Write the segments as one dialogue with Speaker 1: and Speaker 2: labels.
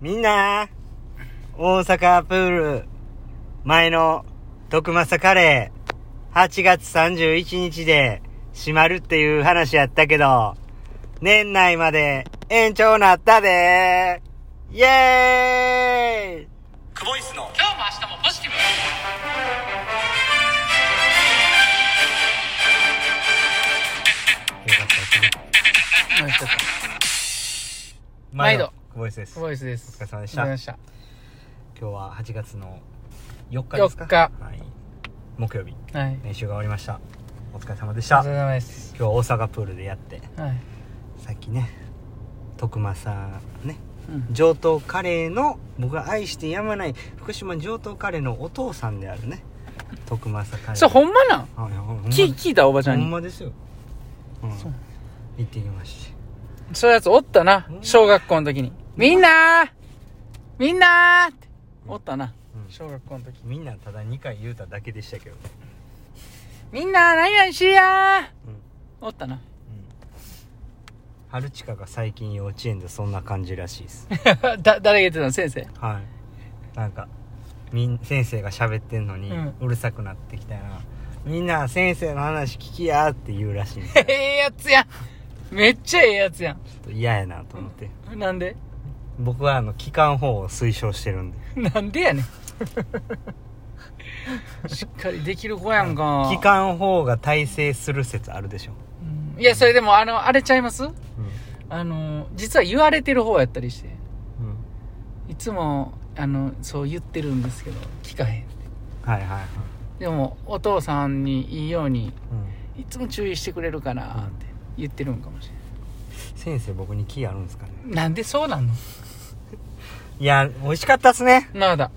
Speaker 1: みんな、大阪プール、前の徳政カレー、8月31日で閉まるっていう話やったけど、年内まで延長なったでイェーイ
Speaker 2: クボイスの
Speaker 3: 今日も明日もポジティブ
Speaker 2: 何しとった
Speaker 3: 毎度
Speaker 1: 久保井です。
Speaker 3: クボイスです
Speaker 1: お疲れ様でした
Speaker 3: お疲れ様でした
Speaker 1: 今日は8月の4日ですか
Speaker 3: 4日
Speaker 1: はい。木曜日、
Speaker 3: はい
Speaker 1: 練習が終わりました。お疲れ様でし
Speaker 3: お
Speaker 1: た。
Speaker 3: 疲れ
Speaker 1: 今
Speaker 3: 様です
Speaker 1: 日は大阪プールでやって、
Speaker 3: はい
Speaker 1: さっきね、徳政ね、
Speaker 3: うん
Speaker 1: 上等カレーの僕が愛してやまない福島上等カレーのお父さんであるね徳政カレー
Speaker 3: それほ
Speaker 1: ん
Speaker 3: んまなん
Speaker 1: あいやほんま
Speaker 3: 聞聞いたおばちゃ
Speaker 1: ほ
Speaker 3: ん
Speaker 1: ん
Speaker 3: に
Speaker 1: まですよ、うん、
Speaker 3: そう
Speaker 1: 行ってきまして
Speaker 3: そういうやつおったな
Speaker 1: うん
Speaker 3: 小学校の時にみんなーみんなーっておったな
Speaker 1: うん
Speaker 3: 小学校の時
Speaker 1: みんなただ2回言うただけでしたけどね、
Speaker 3: みんなー何々しいや
Speaker 1: うんうん、
Speaker 3: ーおったな
Speaker 1: 春近が最近幼稚園でそんな感じらしいです
Speaker 3: だ誰が言ってたの先生
Speaker 1: はいなんかみん先生が喋ってんのに
Speaker 3: うん
Speaker 1: うるさくなってきたな、みんな先生の話聞きやーって言うらしいんです
Speaker 3: ええやつやんめっちゃええやつや
Speaker 1: ちょっと嫌やなと思って、
Speaker 3: んなんで
Speaker 1: 僕はあの機関法を推奨してるんで
Speaker 3: なんで やねんしっかりできる子やんか
Speaker 1: 機関法が大成する説あるでしょ、
Speaker 3: うんいやそれでもあのあれちゃいますあの実は言われてる方やったりして
Speaker 1: うん
Speaker 3: いつもあのそう言ってるんですけど聞かへん
Speaker 1: はいはいはい、
Speaker 3: でもお父さんにいいように
Speaker 1: うん、
Speaker 3: いつも注意してくれるからって言ってるんかもし
Speaker 1: 先生僕に気あるんですかね
Speaker 3: れないなんでそうなんの
Speaker 1: いや美味しかったっすね
Speaker 3: なんだ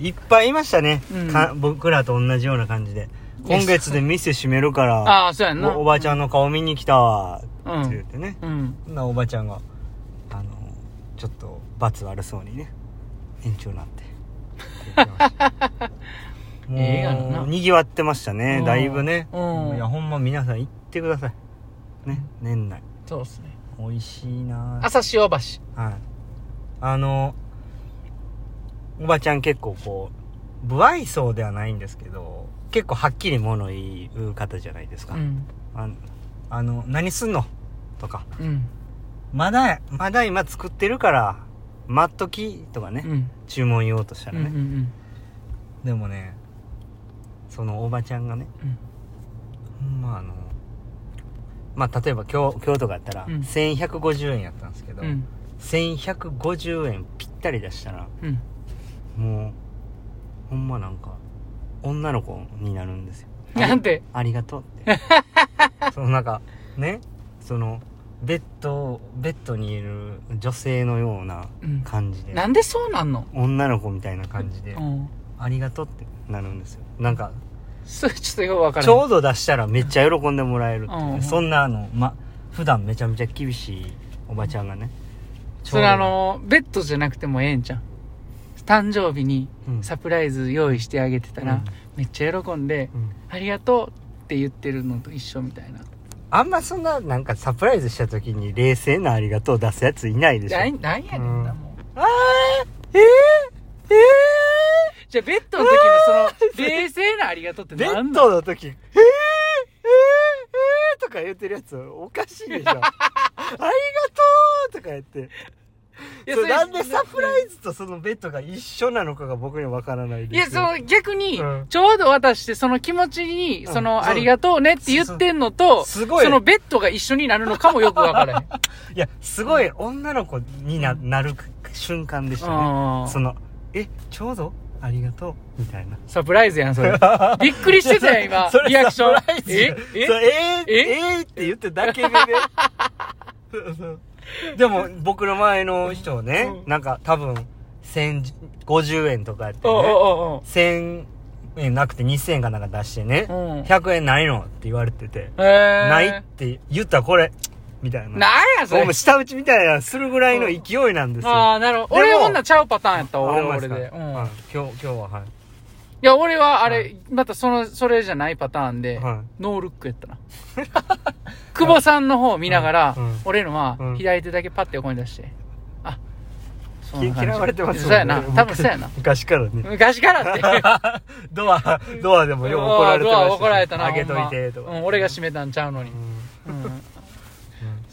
Speaker 1: いっぱいいましたね、
Speaker 3: うん
Speaker 1: か僕らと同じような感じで今月で店閉めるから
Speaker 3: ああそうやんな
Speaker 1: おおばちゃんの顔見に来たわ
Speaker 3: う
Speaker 1: って言っ
Speaker 3: ん
Speaker 1: てね、
Speaker 3: うん
Speaker 1: そんなおばちゃんがあのちょっと罰悪そうにね延長にな ってって言ってましたもう、
Speaker 3: ええやろな
Speaker 1: にぎわってましたね
Speaker 3: うん
Speaker 1: だいぶね
Speaker 3: うん
Speaker 1: いやほんま皆さん行ってくださいね年内
Speaker 3: そうっすね
Speaker 1: 美味しいな
Speaker 3: 朝塩橋
Speaker 1: はいあのおばちゃん結構こう不愛想ではないんですけど結構はっきり物言う方じゃないですか、
Speaker 3: うん
Speaker 1: あのあの何すんのとか
Speaker 3: うん
Speaker 1: まだ、まだ今作ってるから、待っときとかね、
Speaker 3: うん
Speaker 1: 注文言おうとした
Speaker 3: うんう
Speaker 1: ら
Speaker 3: んう
Speaker 1: ね。
Speaker 3: ん
Speaker 1: でもね、そのおばちゃんがね、
Speaker 3: うん
Speaker 1: ほんまあ、あの、まあ、例えば今日、今日とかやったら、
Speaker 3: うん
Speaker 1: 1150円やったんですけど、
Speaker 3: うん
Speaker 1: 1150円ぴったり出したら、
Speaker 3: うん
Speaker 1: もう、ほんまなんか、女の子になるんですよ。
Speaker 3: なんて
Speaker 1: ありがとう って。そのなんか、ね、その、ベッド、ベッドにいる女性のような
Speaker 3: うん
Speaker 1: 感じで。
Speaker 3: なんでそうなんの
Speaker 1: 女の子みたいな感じで、
Speaker 3: うん
Speaker 1: ありがとうってなるんですよなんか
Speaker 3: それちょっとよくわから
Speaker 1: ち
Speaker 3: ない
Speaker 1: ょうど出したらめっちゃ喜んでもらえるっていうね
Speaker 3: うん
Speaker 1: そんなあのま普段めちゃめちゃ厳しいおばちゃんがね
Speaker 3: それあ、の、ベッドじゃなくてもええんちゃん。誕生日に
Speaker 1: ちょうどうん
Speaker 3: サプライズ用意してあげてたら、
Speaker 1: うん
Speaker 3: めっちゃ喜んで、
Speaker 1: うん
Speaker 3: ありがとうって言ってるのと一緒みたいな。
Speaker 1: あんまそんななんかサプライズした時に冷静なありがとう出すやついないでしょ
Speaker 3: なんなんやねんな、
Speaker 1: うん
Speaker 3: もう。あーえー、えー、じゃあベッドの時のその、冷静なありがとうって
Speaker 1: ベ
Speaker 3: 何
Speaker 1: ッ
Speaker 3: なの
Speaker 1: ドの時「えー、えー、えー」とか言ってるやつおかしいでしょ ありがとうとか言って
Speaker 3: いや
Speaker 1: そ
Speaker 3: そ
Speaker 1: れ
Speaker 3: れ
Speaker 1: なんでサプライズとそのベッドが一緒なのかが僕には分からない
Speaker 3: い
Speaker 1: で
Speaker 3: や、
Speaker 1: す
Speaker 3: その逆に
Speaker 1: うん、
Speaker 3: ちょうど渡して、その気持ちに、
Speaker 1: うん
Speaker 3: その、
Speaker 1: そう
Speaker 3: ありがとうねって言ってんのと、
Speaker 1: すごい
Speaker 3: そのベッドが一緒になるのかもよくわからへん。
Speaker 1: いや、すごい女の子にな,、なる瞬間でしたね。
Speaker 3: あー
Speaker 1: その、え、ちょうどありがとうみたいな。
Speaker 3: サプライズやん、それ。びっくりしてたやん、今
Speaker 1: それ。
Speaker 3: リアクション
Speaker 1: サプライ。ズ
Speaker 3: え
Speaker 1: そうえ
Speaker 3: え
Speaker 1: ー、
Speaker 3: え
Speaker 1: えーって言ってだけで ね。そうそうでも、僕の前の人ね、
Speaker 3: うん
Speaker 1: なんか多分、1050円とかやって
Speaker 3: おう
Speaker 1: ね、
Speaker 3: おう
Speaker 1: 1000円なくて2000円かなんか出してね、
Speaker 3: おううん。
Speaker 1: 100円ないのって言われてて、
Speaker 3: えー
Speaker 1: ないって言ったらこれ、みたいな。
Speaker 3: なんや、そ
Speaker 1: も
Speaker 3: れ
Speaker 1: う。下打ちみたいなするぐらいの勢いなんですよ。
Speaker 3: ああ、なるほど。
Speaker 1: でも
Speaker 3: 俺ほんなちゃうパターンやったわ、俺は
Speaker 1: あ
Speaker 3: 俺で。
Speaker 1: ほ
Speaker 3: うんん。
Speaker 1: まですかはい今日、今日は、はい。
Speaker 3: いや、俺はあ
Speaker 1: は
Speaker 3: れ
Speaker 1: い、
Speaker 3: またその、それじゃないパターンで
Speaker 1: は、
Speaker 3: ノールックやったな。 久保さんの方見ながら
Speaker 1: うんうん、
Speaker 3: 俺のは
Speaker 1: うん
Speaker 3: 左手だけパッて横に出して、あ、そんな感じ
Speaker 1: 嫌われてますもん
Speaker 3: そうやな多分そうやな
Speaker 1: 昔からね
Speaker 3: 昔からって
Speaker 1: ドアドアでもよう怒られてました
Speaker 3: うわ怒られたな
Speaker 1: あげといてと
Speaker 3: ほん
Speaker 1: か、
Speaker 3: まうん、俺が閉めたんちゃうのに、うん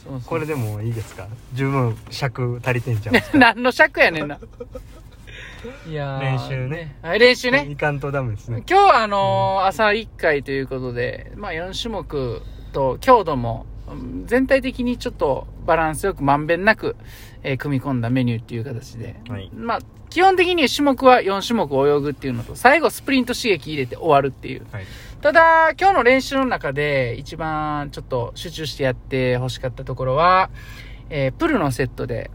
Speaker 3: そうそう
Speaker 1: これでもいいですか十分尺足りてんじゃうんですか
Speaker 3: 何の尺やねんないやー
Speaker 1: 練習ね
Speaker 3: はい練習ね
Speaker 1: いかんとダメですね
Speaker 3: 今日はあのー朝1回ということで、まあ、4種目と強度もうん全体的にちょっとバランスよくまんべんなく、えー組み込んだメニューっていう形で、
Speaker 1: はい
Speaker 3: まあ、基本的に種目は4種目泳ぐっていうのと最後スプリント刺激入れて終わるっていう
Speaker 1: はい
Speaker 3: ただ、今日の練習の中で一番ちょっと集中してやって欲しかったところは、えープルのセットで、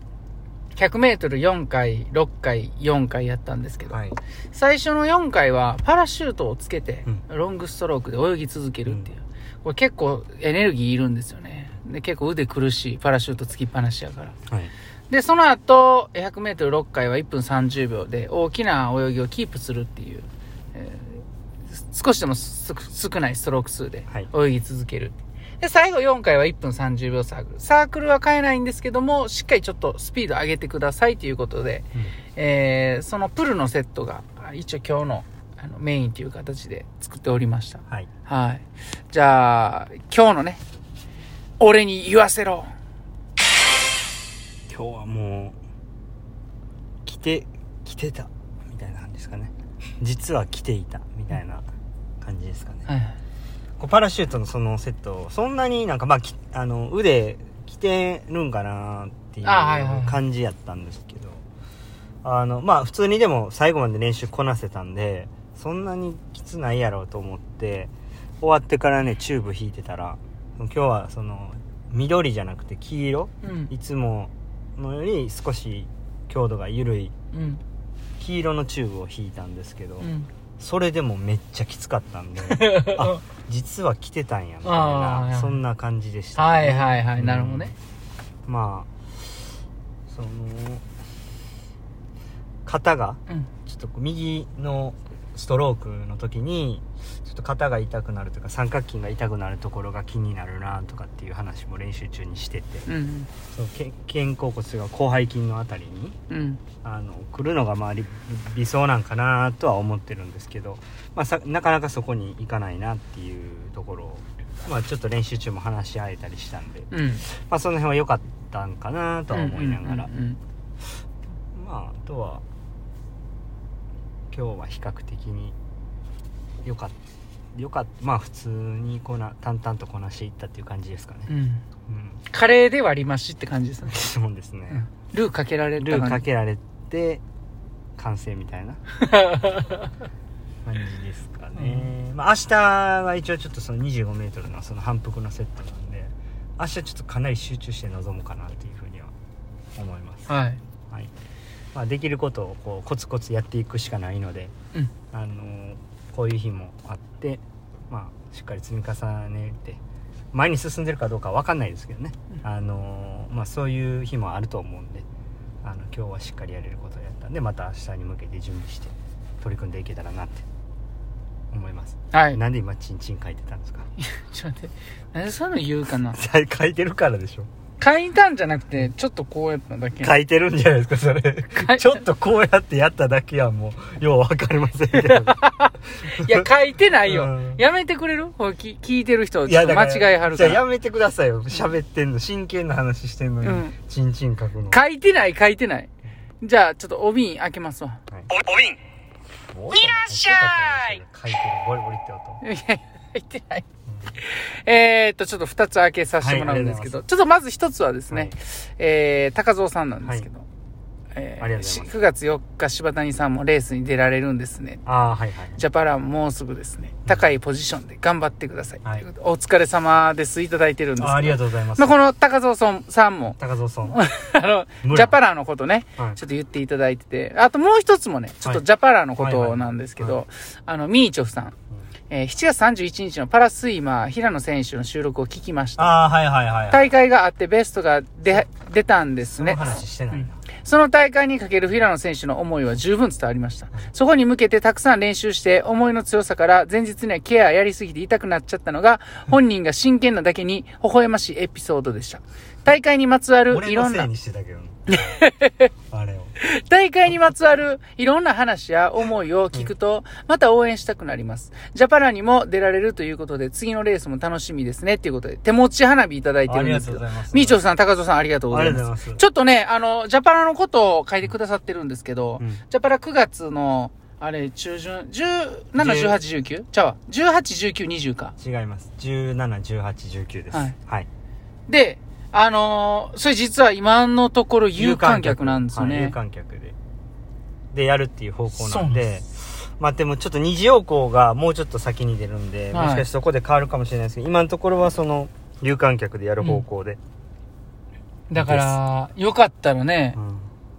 Speaker 3: 100メートル4回、6回、4回やったんですけど、
Speaker 1: はい
Speaker 3: 最初の4回はパラシュートをつけて
Speaker 1: うん、
Speaker 3: ロングストロークで泳ぎ続けるっていう。これ結構エネルギーいるんですよね。で結構腕苦しい、パラシュートつきっぱなしやから。
Speaker 1: はい
Speaker 3: で、その後、100メートル6回は1分30秒で大きな泳ぎをキープするっていう、えーす少しでもす少ないストローク数で
Speaker 1: はい
Speaker 3: 泳ぎ続ける。で、最後4回は1分30秒サークル。サークルは変えないんですけども、しっかりちょっとスピード上げてくださいということで、えーそのプルのセットがあ一応今日のあのメインという形で作っておりました。
Speaker 1: はい
Speaker 3: はい。じゃあ、今日のね、俺に言わせろ。
Speaker 1: 今日はもう来て来てたみたいな感じですかね実は来ていたみたいな感じですかね、
Speaker 3: はい。
Speaker 1: こうパラシュートのそのセットそんなになんかまあきあの腕着てるんかなっていう
Speaker 3: あはいはいはい
Speaker 1: 感じやったんですけどあのまあ普通にでも最後まで練習こなせたんでそんなにきつないやろうと思って終わってからねチューブ引いてたら今日はその緑じゃなくて黄色
Speaker 3: うん
Speaker 1: い。つものより少し強度が緩い
Speaker 3: うん。
Speaker 1: 黄色のチューブを引いたんですけど、
Speaker 3: うん。
Speaker 1: それでもめっちゃきつかった んであ実は来てたんやみたい
Speaker 3: あー
Speaker 1: なそんな感じでした、
Speaker 3: はいはいはい、なるほどね。
Speaker 1: まあその肩が
Speaker 3: うん。
Speaker 1: ちょっとこう右のストロークの時にちょっと肩が痛くなるとか三角筋が痛くなるところが気になるなとかっていう話も練習中にしてて
Speaker 3: うん。
Speaker 1: そのけ肩甲骨が広背筋のあたりに
Speaker 3: うん。
Speaker 1: あの来るのがまあ理理想なんかなとは思ってるんですけど、まあ、さなかなかそこに行かないなっていうところを、まあ、ちょっと練習中も話し合えたりしたんで、ま
Speaker 3: うん。
Speaker 1: あ、その辺は良かったんかなとは思いながら、
Speaker 3: うんうん
Speaker 1: まああとは今日は比較的に良かった良かったまあ普通にこな淡々とこなしていったっていう感じですかね
Speaker 3: うん。うん。
Speaker 1: うん、
Speaker 3: カレーで割り増しって感じですね。
Speaker 1: 質問ですね、
Speaker 3: ルーかけられる
Speaker 1: ルーかけられて完成みた いな感じですかね、まあ明日は一応ちょっとその 25m のその反復のセットなんで明日ちょっとかなり集中して臨むかなっていうふうには思います、は
Speaker 3: はい。
Speaker 1: いまあ、できることをこうコツコツやっていくしかないので、
Speaker 3: うん
Speaker 1: あのーこういう日もあって、まあ、しっかり積み重ねて前に進んでるかどうかわかんないですけどね、
Speaker 3: うん
Speaker 1: あのーまあ、そういう日もあると思うんであの今日はしっかりやれることをやったんでまた明日に向けて準備して取り組んでいけたらなって思います、
Speaker 3: はい。
Speaker 1: なんで今チンチン書いてたんですか
Speaker 3: ちょっと待って。なんでそういうの言うかな。
Speaker 1: 書いてるからでしょ
Speaker 3: 書いたんじゃなくて、ちょっとこうやっただけ。
Speaker 1: 書いてるんじゃないですかそ れ
Speaker 3: い
Speaker 1: ちょっとこうやってやっただけはもうようわかりませんけ ど
Speaker 3: いや、書いてないよ
Speaker 1: うん。
Speaker 3: やめてくれるこれ聞聞いてる人、ちょっと間
Speaker 1: だから
Speaker 3: 違いはるか
Speaker 1: じゃあや
Speaker 3: ら。
Speaker 1: めてくださいよ喋ってんの真剣な話してんのに、
Speaker 3: うん
Speaker 1: チンチン書くの
Speaker 3: 書いてない、書いてない。じゃあ、ちょっとお瓶開けますわ。
Speaker 2: おおびん
Speaker 1: いらっしゃい書いてるボリボリって音
Speaker 3: いや、入ってない。えーっと、ちょっと二つ開けさせてもらうんですけど、ちょっとまず一つはですね、
Speaker 1: はい
Speaker 3: えー、高蔵さんなんですけど、え
Speaker 1: ありがとうございます
Speaker 3: 9月4日、柴谷さんもレースに出られるんですね。
Speaker 1: ああはいはい
Speaker 3: ジャパランもうすぐですね、高いポジションで頑張ってください。
Speaker 1: はい
Speaker 3: ということでお疲れ様です。いただいてるんですけど。
Speaker 1: あありがと
Speaker 3: う
Speaker 1: うございます
Speaker 3: この高蔵さんさんも、
Speaker 1: 高蔵さん
Speaker 3: あの、
Speaker 1: 村
Speaker 3: ジャパラーのことね、
Speaker 1: はい
Speaker 3: ちょっと言っていただいてて、あともう一つもね、ちょっとジャパラーのこ
Speaker 1: はいはい
Speaker 3: と
Speaker 1: はい
Speaker 3: なんですけ
Speaker 1: は
Speaker 3: ど、あの、ミーチョフさん、えー7月31日のパラスイマー平野選手の収録を聞きました。
Speaker 1: ああはいはいはい
Speaker 3: 大会があってベストが出、出たんです
Speaker 1: その
Speaker 3: ね。
Speaker 1: 話してないな
Speaker 3: その大会にかける平野選手の思いは十分伝わりました。そこに向けてたくさん練習して、思いの強さから前日にはケアやりすぎて痛くなっちゃったのが、本人が真剣なだけに微笑ましいエピソードでした。大会にまつわる
Speaker 1: 俺
Speaker 3: いろ
Speaker 1: の
Speaker 3: ん
Speaker 1: せ
Speaker 3: ない
Speaker 1: に、してたけどあれを
Speaker 3: 大会にまつわるいろんな話や思いを聞くと、また応援したくなります。ジャパラにも出られるということで、次のレースも楽しみですね、ということで、手持ち花火いただいてるんですけ
Speaker 1: あ
Speaker 3: ど
Speaker 1: りがとうございま、す
Speaker 3: みーちょさん、高蔵さん、ありがとうございま
Speaker 1: あ
Speaker 3: す。
Speaker 1: りがとうございます
Speaker 3: ちょっとね、あの、ジャパラのことを書いてくださってるんですけど、
Speaker 1: うん
Speaker 3: ジャパラ9月の、あれ、中旬、17、18、19? ちゃうわ。18、19、20か。
Speaker 1: 違います。17、18、19です。
Speaker 3: は
Speaker 1: はいい。
Speaker 3: で、あのーそれ実は今のところ有観客なんですよ
Speaker 1: はい有
Speaker 3: ね。
Speaker 1: 観客で。で、やるっていう方向
Speaker 3: そう
Speaker 1: な
Speaker 3: なん
Speaker 1: ん
Speaker 3: で
Speaker 1: で。まあでもちょっと二次要項がもうちょっと先に出るんで、
Speaker 3: はい
Speaker 1: もしかしてそこで変わるかもしれないですけど、今のところはその、有観客でやる方向で。
Speaker 3: だから、よかったらね
Speaker 1: う、ん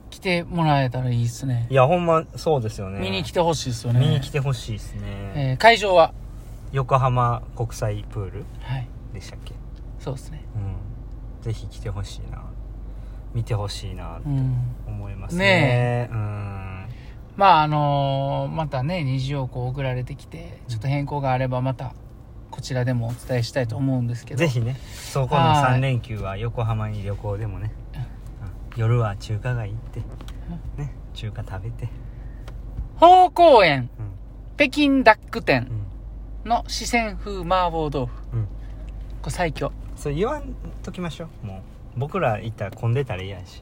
Speaker 3: 来てもらえたらいいですね。
Speaker 1: いや、ほんま、そうですよね。
Speaker 3: 見に来
Speaker 1: て、
Speaker 3: てほしいですよね。
Speaker 1: 見に来てほしいですね。
Speaker 3: えー会場は、
Speaker 1: 横浜国際プール
Speaker 3: はい、
Speaker 1: でしたっけ
Speaker 3: そうですね。
Speaker 1: うん。ぜひ来てほしいな。見てほしいな
Speaker 3: う、ん。
Speaker 1: 思います
Speaker 3: ね
Speaker 1: ね。うん。
Speaker 3: まあ、あのーまたね、二次をこう送られてきて、ちょっと変更があればまた、こちらでもお伝えしたいと思うんですけど。
Speaker 1: ぜひねそこの
Speaker 3: はい
Speaker 1: 3連休は横浜に旅行でもね、うん夜は中華街行って、ね、中華食べて、
Speaker 3: 宝公園、
Speaker 1: うん
Speaker 3: 北京ダック
Speaker 1: う
Speaker 3: 店
Speaker 1: ん
Speaker 3: の四川風麻婆豆腐。
Speaker 1: うん
Speaker 3: これ 最強。
Speaker 1: それ言わんときましょうもう僕ら行ったら混んでたら嫌 やし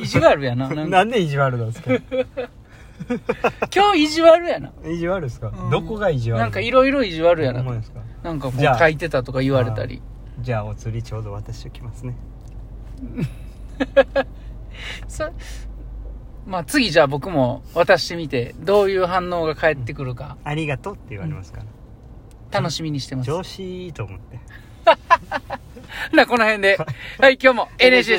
Speaker 3: 意地悪やな。なんか
Speaker 1: なんで意地悪なん ですか
Speaker 3: 今日意地悪やな。
Speaker 1: 意地悪ですか、
Speaker 3: うん
Speaker 1: どこが意地悪
Speaker 3: なんかいろいろ意地悪やな
Speaker 1: ほん。まですか
Speaker 3: なんかもう
Speaker 1: じゃあ
Speaker 3: 書いてたとか言われたり。
Speaker 1: じゃあお釣りちょうど渡しておきますね
Speaker 3: さまあ次じゃあ僕も渡してみて、どういう反応が返ってくるか
Speaker 1: ありがとうって言われますから、
Speaker 3: 楽しみにしてます。
Speaker 1: 上司いいと思って
Speaker 3: ほな、この辺で。はい、今日も NHC でした。